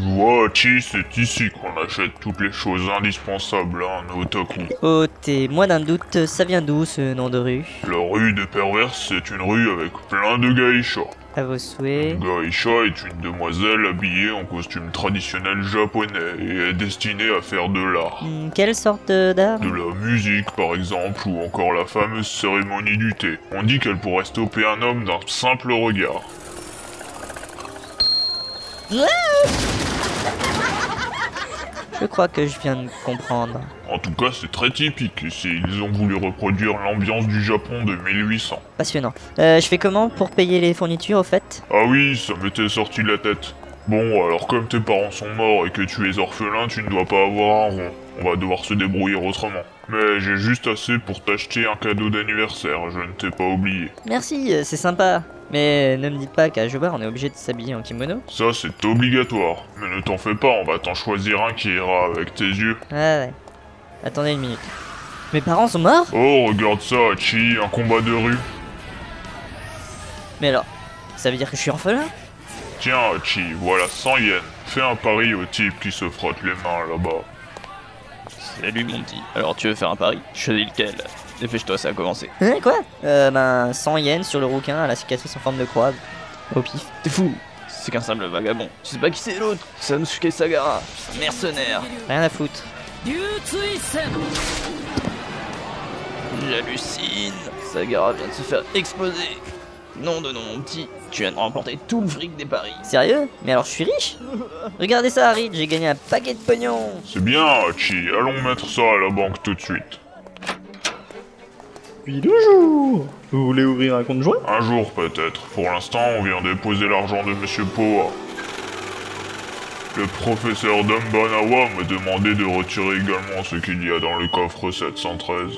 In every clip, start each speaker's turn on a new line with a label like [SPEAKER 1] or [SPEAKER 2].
[SPEAKER 1] vois, Chi, c'est ici qu'on achète toutes les choses indispensables hein, à un otaku.
[SPEAKER 2] Oh, t'es moins d'un doute, ça vient d'où ce nom de rue
[SPEAKER 1] La rue des pervers, c'est une rue avec plein de geisha.
[SPEAKER 2] À vos souhaits.
[SPEAKER 1] Gaïcha est une demoiselle habillée en costume traditionnel japonais et est destinée à faire de l'art.
[SPEAKER 2] Hmm, quelle sorte d'art
[SPEAKER 1] De la musique par exemple, ou encore la fameuse cérémonie du thé. On dit qu'elle pourrait stopper un homme d'un simple regard.
[SPEAKER 2] Je crois que je viens de comprendre.
[SPEAKER 1] En tout cas, c'est très typique ici, ils ont voulu reproduire l'ambiance du Japon de 1800.
[SPEAKER 2] Passionnant. Euh, je fais comment pour payer les fournitures au fait
[SPEAKER 1] Ah oui, ça m'était sorti de la tête. Bon, alors comme tes parents sont morts et que tu es orphelin, tu ne dois pas avoir un rond. On va devoir se débrouiller autrement. Mais j'ai juste assez pour t'acheter un cadeau d'anniversaire, je ne t'ai pas oublié.
[SPEAKER 2] Merci, euh, c'est sympa. Mais ne me dites pas qu'à Jobar on est obligé de s'habiller en kimono.
[SPEAKER 1] Ça, c'est obligatoire. Mais ne t'en fais pas, on va t'en choisir un qui ira avec tes yeux.
[SPEAKER 2] Ouais, Ah ouais. Attendez une minute. Mes parents sont morts
[SPEAKER 1] Oh, regarde ça, Hachi, un combat de rue.
[SPEAKER 2] Mais alors, ça veut dire que je suis orphelin
[SPEAKER 1] Tiens, Hachi, voilà 100 yens. Fais un pari au type qui se frotte les mains là-bas.
[SPEAKER 3] Salut mon petit. Alors tu veux faire un pari Je te dis lequel. Dépêche-toi, ça a commencé.
[SPEAKER 2] Hein, quoi Euh, ben, 100 yens sur le rouquin à la cicatrice en forme de croix. Au pif.
[SPEAKER 3] T'es fou C'est qu'un simple vagabond. Tu sais pas qui c'est l'autre Samsuke Sagara. C'est un mercenaire.
[SPEAKER 2] Rien à foutre.
[SPEAKER 3] J'hallucine. Sagara vient de se faire exploser. Non de non mon petit. Tu viens de remporter tout le fric des paris.
[SPEAKER 2] Sérieux Mais alors je suis riche Regardez ça, Harid, j'ai gagné un paquet de pognon
[SPEAKER 1] C'est bien, Hachi, allons mettre ça à la banque tout de suite.
[SPEAKER 4] Puis toujours Vous voulez ouvrir un compte joint
[SPEAKER 1] Un jour peut-être. Pour l'instant, on vient déposer l'argent de Monsieur Poa. Le professeur Dumbanawa me demandait de retirer également ce qu'il y a dans le coffre 713.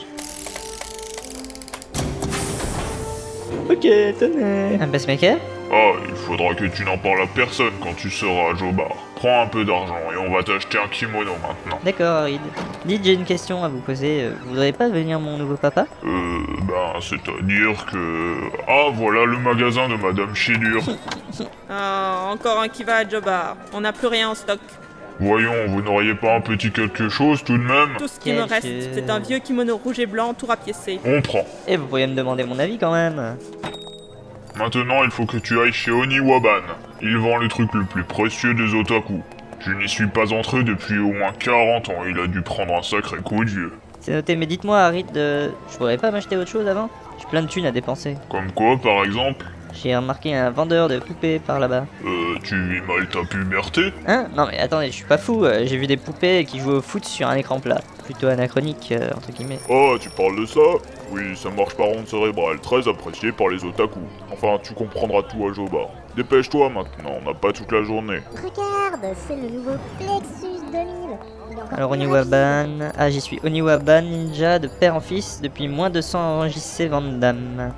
[SPEAKER 4] Ok, tenez
[SPEAKER 2] Un pacemaker
[SPEAKER 1] Ah, il faudra que tu n'en parles à personne quand tu seras à Jobar. Prends un peu d'argent et on va t'acheter un kimono maintenant.
[SPEAKER 2] D'accord, Harid. Dites, j'ai une question à vous poser. euh, Vous voudriez pas venir mon nouveau papa
[SPEAKER 1] Euh, ben, c'est-à-dire que... Ah, voilà le magasin de Madame Chidur.
[SPEAKER 5] Ah, encore un qui va à Jobar. On n'a plus rien en stock.
[SPEAKER 1] Voyons, vous n'auriez pas un petit quelque chose tout de même
[SPEAKER 5] Tout ce qui me
[SPEAKER 2] Quelque-
[SPEAKER 5] reste, c'est un vieux kimono rouge et blanc tout rapiécé.
[SPEAKER 1] On prend.
[SPEAKER 2] Et Eh, vous pourriez me demander mon avis quand même.
[SPEAKER 1] Maintenant, il faut que tu ailles chez Oniwaban. Il vend le truc le plus précieux des otaku. Je n'y suis pas entré depuis au moins 40 ans, il a dû prendre un sacré coup de vieux.
[SPEAKER 2] C'est noté, mais dites-moi, Harid, euh, je pourrais pas m'acheter autre chose avant J'ai plein de thunes à dépenser.
[SPEAKER 1] Comme quoi, par exemple
[SPEAKER 2] J'ai remarqué un vendeur de poupées par là-bas.
[SPEAKER 1] Euh, tu vis mal ta puberté
[SPEAKER 2] Hein Non mais attendez, je suis pas fou, euh, j'ai vu des poupées qui jouaient au foot sur un écran plat. Plutôt anachronique, euh, entre guillemets.
[SPEAKER 1] Oh, tu parles de ça Oui, ça marche par onde cérébrale, très apprécié par les otaku. Enfin, tu comprendras tout à Joba. Dépêche-toi maintenant, on n'a pas toute la journée.
[SPEAKER 6] Regarde, c'est le nouveau Plexus 2000. Il est encore
[SPEAKER 2] Alors
[SPEAKER 6] plus
[SPEAKER 2] Oniwaban... Ah j'y suis, Oniwaban Ninja de père en fils depuis moins de 100 enregistrés Vandam.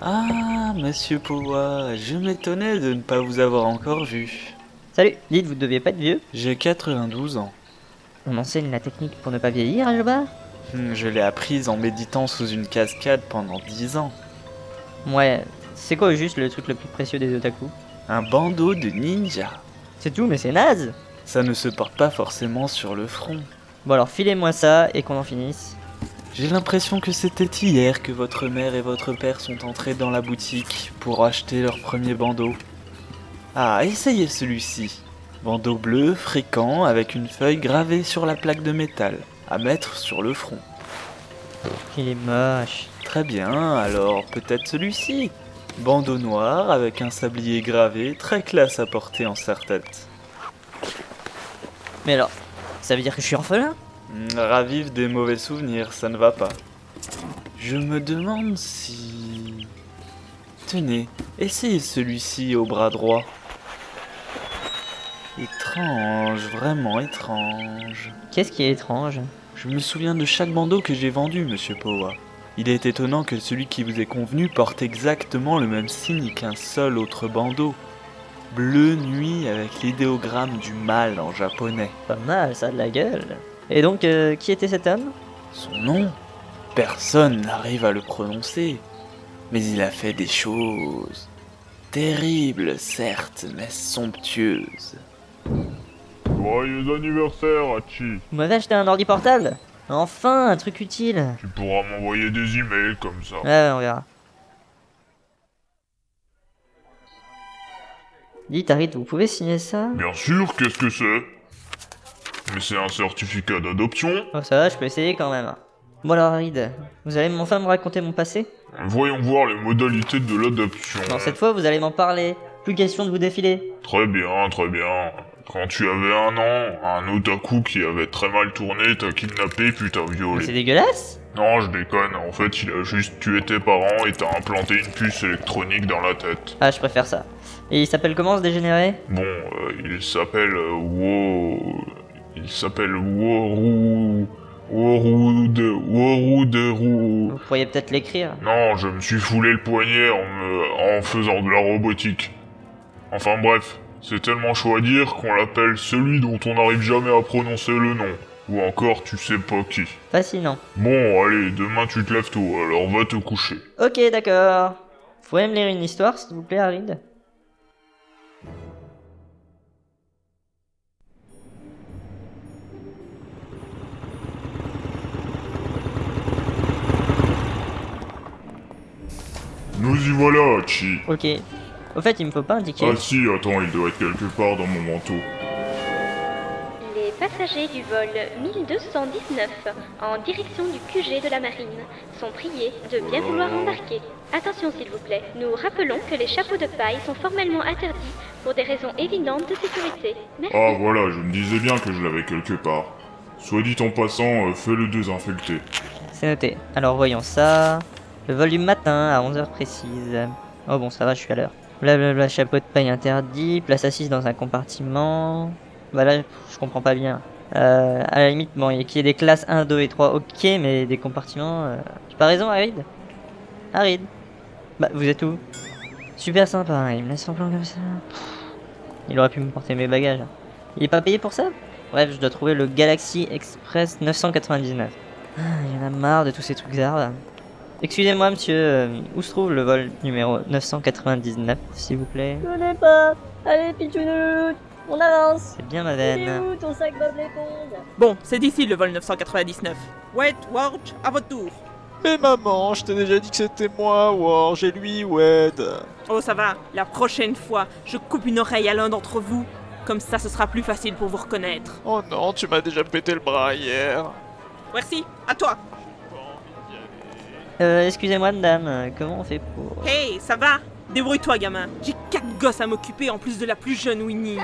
[SPEAKER 7] Ah, monsieur Powa, je m'étonnais de ne pas vous avoir encore vu.
[SPEAKER 2] Salut, dites, vous deviez pas être vieux
[SPEAKER 7] J'ai 92 ans.
[SPEAKER 2] On enseigne la technique pour ne pas vieillir à Jobar
[SPEAKER 7] Hmm, Je l'ai apprise en méditant sous une cascade pendant 10 ans.
[SPEAKER 2] Ouais, c'est quoi juste le truc le plus précieux des otaku
[SPEAKER 7] Un bandeau de ninja.
[SPEAKER 2] C'est tout, mais c'est naze
[SPEAKER 7] Ça ne se porte pas forcément sur le front.
[SPEAKER 2] Bon alors filez-moi ça et qu'on en finisse.
[SPEAKER 7] J'ai l'impression que c'était hier que votre mère et votre père sont entrés dans la boutique pour acheter leur premier bandeau. Ah, essayez celui-ci. Bandeau bleu, fréquent, avec une feuille gravée sur la plaque de métal, à mettre sur le front.
[SPEAKER 2] Il est moche.
[SPEAKER 7] Très bien, alors peut-être celui-ci. Bandeau noir avec un sablier gravé, très classe à porter en serre-tête.
[SPEAKER 2] Mais alors, ça veut dire que je suis orphelin
[SPEAKER 7] Hmm, Ravive des mauvais souvenirs, ça ne va pas. Je me demande si... Tenez, essayez celui-ci au bras droit. Étrange, vraiment étrange.
[SPEAKER 2] Qu'est-ce qui est étrange
[SPEAKER 7] Je me souviens de chaque bandeau que j'ai vendu, monsieur Powa. Il est étonnant que celui qui vous est convenu porte exactement le même signe qu'un seul autre bandeau. Bleu nuit avec l'idéogramme du mal en japonais.
[SPEAKER 2] Pas mal, ça a de la gueule. Et donc, euh, qui était cet homme
[SPEAKER 7] Son nom Personne n'arrive à le prononcer. Mais il a fait des choses. Terrible, certes, mais somptueuse.
[SPEAKER 1] Joyeux anniversaire, Hachi.
[SPEAKER 2] Vous m'avez acheté un ordi portable Enfin, un truc utile.
[SPEAKER 1] Tu pourras m'envoyer des emails comme ça.
[SPEAKER 2] Ouais, ouais, on verra. Dites, Harit, vous pouvez signer ça
[SPEAKER 1] Bien sûr, qu'est-ce que c'est Mais c'est un certificat d'adoption
[SPEAKER 2] Oh, ça va, je peux essayer quand même. Bon alors, Harid, vous allez enfin me raconter mon passé
[SPEAKER 1] Voyons voir les modalités de l'adoption.
[SPEAKER 2] Non, cette fois, vous allez m'en parler. Plus question de vous défiler.
[SPEAKER 1] Très bien, très bien. Quand tu avais un an, un otaku qui avait très mal tourné t'a kidnappé puis t'a
[SPEAKER 2] Mais C'est
[SPEAKER 1] violé.
[SPEAKER 2] dégueulasse
[SPEAKER 1] Non, je déconne, en fait, il a juste tué tes parents et t'a implanté une puce électronique dans la tête.
[SPEAKER 2] Ah, je préfère ça. Et il s'appelle comment ce dégénéré
[SPEAKER 1] Bon, euh, il s'appelle euh, Wo... Il s'appelle Woru... Woru de... Woru de Ru...
[SPEAKER 2] Vous pourriez peut-être l'écrire.
[SPEAKER 1] Non, je me suis foulé le poignet en, me- en faisant de la robotique. Enfin bref, c'est tellement chaud à dire qu'on l'appelle celui dont on n'arrive jamais à prononcer le nom. Ou encore tu sais pas qui.
[SPEAKER 2] Fascinant.
[SPEAKER 1] Bon, allez, demain tu te lèves tôt, alors va te coucher.
[SPEAKER 2] Ok, d'accord. Vous pouvez me lire une histoire, s'il vous plaît, Harid
[SPEAKER 1] Nous y voilà, Chi.
[SPEAKER 2] Ok. Au fait, il me faut pas indiquer.
[SPEAKER 1] Ah si, attends, il doit être quelque part dans mon manteau.
[SPEAKER 8] Les passagers du vol 1219 en direction du QG de la marine sont priés de bien vouloir embarquer. Attention s'il vous plaît, nous rappelons que les chapeaux de paille sont formellement interdits pour des raisons évidentes de sécurité. Merci.
[SPEAKER 9] Oh.
[SPEAKER 1] Ah voilà, je me disais bien que je l'avais quelque part. Soit dit en passant, euh, fais-le désinfecter.
[SPEAKER 2] C'est noté. Alors voyons ça. Le vol du matin à 11h précise. Oh bon, ça va, je suis à l'heure. Blablabla, chapeau de paille interdit, place assise dans un compartiment. Bah là, je comprends pas bien. Euh, à la limite, bon, il y a qu'il y ait des classes 1, 2 et 3, ok, mais des compartiments. Euh... J'ai pas raison, Arid Arid Bah, vous êtes où Super sympa, hein, il me laisse en plan comme ça. Pff, Il aurait pu me porter mes bagages. hein. Il est pas payé pour ça Bref, je dois trouver le Galaxy Express 999. Ah, Il y en a marre de tous ces trucs d'art. Excusez-moi, monsieur, euh, où se trouve le vol numéro 999, s'il vous plaît
[SPEAKER 10] Je connais pas. Allez, pitchounou, on avance.
[SPEAKER 2] C'est bien ma
[SPEAKER 10] Il est
[SPEAKER 2] veine.
[SPEAKER 10] où ton sac Bob l'éponge
[SPEAKER 5] Bon, c'est d'ici le vol 999. Wait, Warch, à votre tour.
[SPEAKER 11] Mais maman, je t'ai déjà dit que c'était moi, Warge et lui, Wed.
[SPEAKER 5] Oh, ça va, la prochaine fois, je coupe une oreille à l'un d'entre vous. Comme ça, ce sera plus facile pour vous reconnaître.
[SPEAKER 11] Oh non, tu m'as déjà pété le bras hier.
[SPEAKER 5] Merci, à toi.
[SPEAKER 2] Euh, excusez-moi, madame, euh, comment on fait pour...
[SPEAKER 5] Hey, ça va Débrouille-toi, gamin. J'ai quatre gosses à m'occuper en plus de la plus jeune Winnie.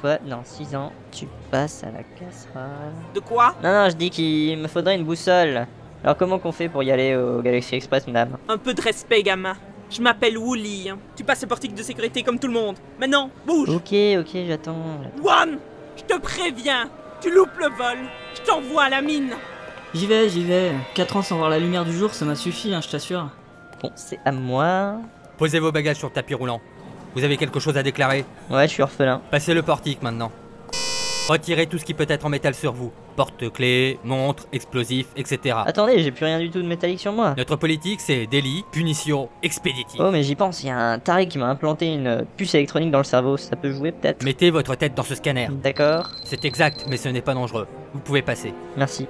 [SPEAKER 2] Toi, dans 6 ans, tu passes à la casserole.
[SPEAKER 5] De quoi
[SPEAKER 2] Non, non, je dis qu'il me faudrait une boussole. Alors comment qu'on fait pour y aller au Galaxy Express, madame
[SPEAKER 5] Un peu de respect, gamin. Je m'appelle Wooly. hein. Tu passes le portique de sécurité comme tout le monde. Maintenant, bouge
[SPEAKER 2] Ok, ok, j'attends.
[SPEAKER 5] One Je te préviens Tu loupes le vol Je t'envoie à la mine
[SPEAKER 12] J'y vais, j'y vais. 4 ans sans voir la lumière du jour, ça m'a suffi, hein, je t'assure.
[SPEAKER 2] Bon, c'est à moi.
[SPEAKER 9] Posez vos bagages sur le tapis roulant. Vous avez quelque chose à déclarer
[SPEAKER 2] Ouais, je suis orphelin.
[SPEAKER 9] Passez le portique maintenant. Retirez tout ce qui peut être en métal sur vous. Porte-clés, montres, explosifs, etc.
[SPEAKER 2] Attendez, j'ai plus rien du tout de métallique sur moi.
[SPEAKER 9] Notre politique, c'est délit, punition, expéditive.
[SPEAKER 2] Oh mais j'y pense, il y a un taré qui m'a implanté une euh, puce électronique dans le cerveau, ça peut jouer peut-être
[SPEAKER 9] Mettez votre tête dans ce scanner.
[SPEAKER 2] D'accord,
[SPEAKER 9] C'est exact, mais ce n'est pas dangereux. Vous pouvez passer.
[SPEAKER 2] merci.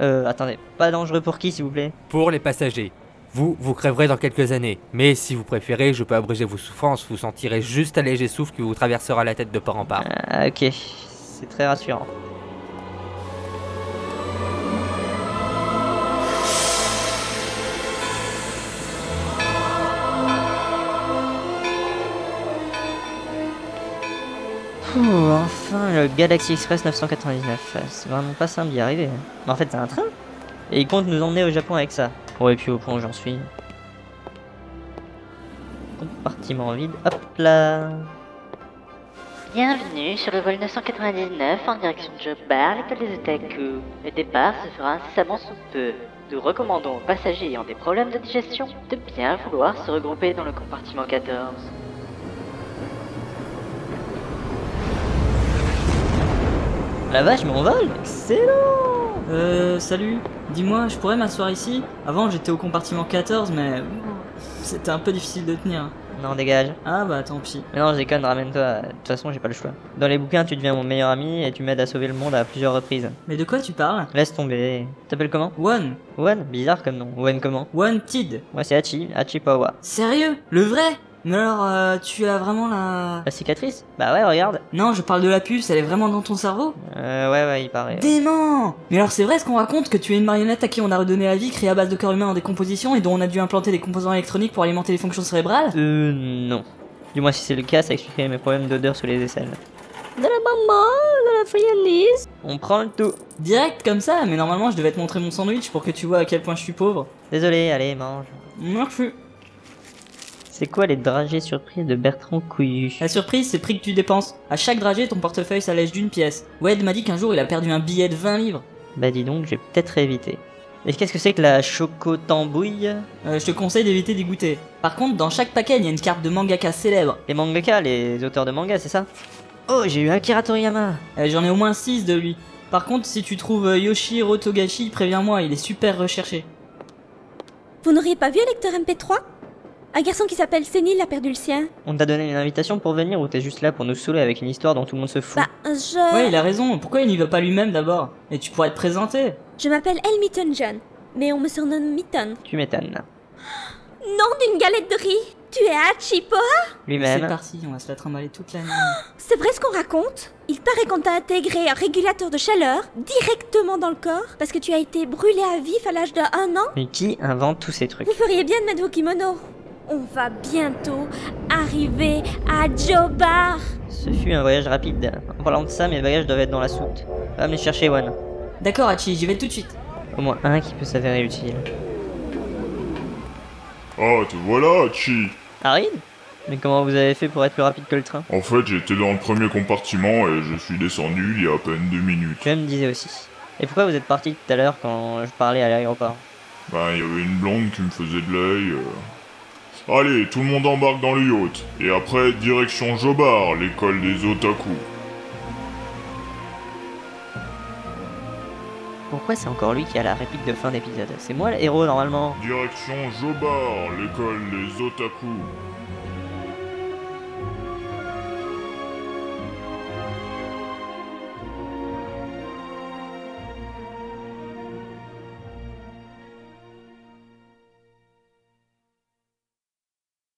[SPEAKER 2] Euh, attendez, pas dangereux pour qui s'il vous plaît
[SPEAKER 9] Pour les passagers, vous, vous crèverez dans quelques années. Mais si vous préférez, je peux abréger vos souffrances. Vous sentirez juste un léger souffle qui vous traversera la tête de part en part.
[SPEAKER 2] Ah ok, c'est très rassurant. Pouh, enfin le Galaxy Express 999, Euh, c'est vraiment pas simple d'y arriver. Mais en fait c'est un train Et il compte nous emmener au Japon avec ça. Ouais, et puis au point où j'en suis. Compartiment vide, hop là
[SPEAKER 8] Bienvenue sur le vol 999 en direction de Jobbar, l'école des Otaku. Le départ se fera incessamment sous peu. Nous recommandons aux passagers ayant des problèmes de digestion de bien vouloir se regrouper dans le compartiment 14.
[SPEAKER 2] La vache, mais on vole Excellent
[SPEAKER 12] Euh, salut. Dis-moi, je pourrais m'asseoir ici Avant, j'étais au compartiment 14, mais.
[SPEAKER 9] C'était un peu difficile de tenir.
[SPEAKER 2] Non, dégage.
[SPEAKER 9] Ah bah tant pis.
[SPEAKER 2] Mais non, je déconne, ramène-toi. De toute façon, j'ai pas le choix. Dans les bouquins, tu deviens mon meilleur ami et tu m'aides à sauver le monde à plusieurs reprises.
[SPEAKER 9] Mais de quoi tu parles
[SPEAKER 2] Laisse tomber. T'appelles comment
[SPEAKER 9] One.
[SPEAKER 2] One Bizarre comme nom. One comment
[SPEAKER 9] Wanted.
[SPEAKER 2] Moi, c'est Hachi. Hachi Pawa.
[SPEAKER 9] Sérieux Le vrai Mais alors, euh, tu as vraiment la...
[SPEAKER 2] La cicatrice Bah ouais, regarde.
[SPEAKER 9] Non, je parle de la puce, elle est vraiment dans ton cerveau
[SPEAKER 2] Euh, ouais, ouais, il paraît. ouais.
[SPEAKER 9] Dément Mais alors c'est vrai ce qu'on raconte que tu es une marionnette à qui on a redonné la vie créée à base de corps humain en décomposition et dont on a dû implanter des composants électroniques pour alimenter les fonctions cérébrales
[SPEAKER 2] Euh, non. Du moins, si c'est le cas, ça expliquerait mes problèmes d'odeur sous les aisselles.
[SPEAKER 13] De la maman, de la friandise.
[SPEAKER 2] On prend le tout.
[SPEAKER 9] Direct comme ça, mais normalement je devais te montrer mon sandwich pour que tu vois à quel point je suis pauvre.
[SPEAKER 2] Désolé, allez, mange.
[SPEAKER 9] Merci.
[SPEAKER 2] C'est quoi les dragées surprises de Bertrand Couillu
[SPEAKER 9] La surprise, c'est le prix que tu dépenses. À chaque dragée, ton portefeuille s'allège d'une pièce. Wade m'a dit qu'un jour il a perdu un billet de 20 livres.
[SPEAKER 2] Bah dis donc, j'ai peut-être évité. Et qu'est-ce que c'est que la chocotambouille
[SPEAKER 9] Euh, je te conseille d'éviter d'y goûter. Par contre, dans chaque paquet, il y a une carte de mangaka célèbre.
[SPEAKER 2] Les mangaka, les auteurs de manga, c'est ça Oh, j'ai eu Akira Toriyama
[SPEAKER 9] Euh, J'en ai au moins 6 de lui. Par contre, si tu trouves euh, Yoshihiro Togashi, préviens-moi, il est super recherché.
[SPEAKER 14] Vous n'auriez pas vu un lecteur MP3 Un garçon qui s'appelle Sénil a perdu le sien.
[SPEAKER 2] On t'a donné une invitation pour venir ou t'es juste là pour nous saouler avec une histoire dont tout le monde se fout
[SPEAKER 9] Bah.
[SPEAKER 14] Bah, Je.
[SPEAKER 9] Ouais, il a raison, pourquoi il n'y va pas lui-même d'abord Et tu pourrais te présenter
[SPEAKER 14] Je m'appelle Elle Mitton John, mais on me surnomme Mitton.
[SPEAKER 2] Tu m'étonnes.
[SPEAKER 14] Nom d'une galette de riz Tu es Hachipoa
[SPEAKER 2] Lui-même.
[SPEAKER 9] C'est parti, on va se la trimballer toute la nuit.
[SPEAKER 14] C'est vrai ce qu'on raconte Il paraît qu'on t'a intégré un régulateur de chaleur directement dans le corps parce que tu as été brûlé à vif à l'âge de 1 an
[SPEAKER 2] Mais qui invente tous ces trucs
[SPEAKER 14] Vous feriez bien de mettre vos kimonos. On va bientôt arriver à Jobar.
[SPEAKER 2] Ce fut un voyage rapide. En parlant de ça, mes bagages doivent être dans la soute. Va me les chercher, One.
[SPEAKER 9] D'accord, Hachi, j'y vais tout de suite.
[SPEAKER 2] Au moins un qui peut s'avérer utile.
[SPEAKER 1] Ah, te voilà, Chi
[SPEAKER 2] Harid Mais comment vous avez fait pour être plus rapide que le train
[SPEAKER 1] En fait, j'étais dans le premier compartiment et je suis descendu il y a à peine deux minutes.
[SPEAKER 2] Je me disais aussi. Et pourquoi vous êtes parti tout à l'heure quand je parlais à l'aéroport
[SPEAKER 1] Ben, il y avait une blonde qui me faisait de l'œil. euh. Allez, tout le monde embarque dans le yacht. Et après, direction Jobar, l'école des otaku.
[SPEAKER 2] Pourquoi c'est encore lui qui a la réplique de fin d'épisode C'est moi le héros normalement
[SPEAKER 1] Direction Jobar, l'école des otaku.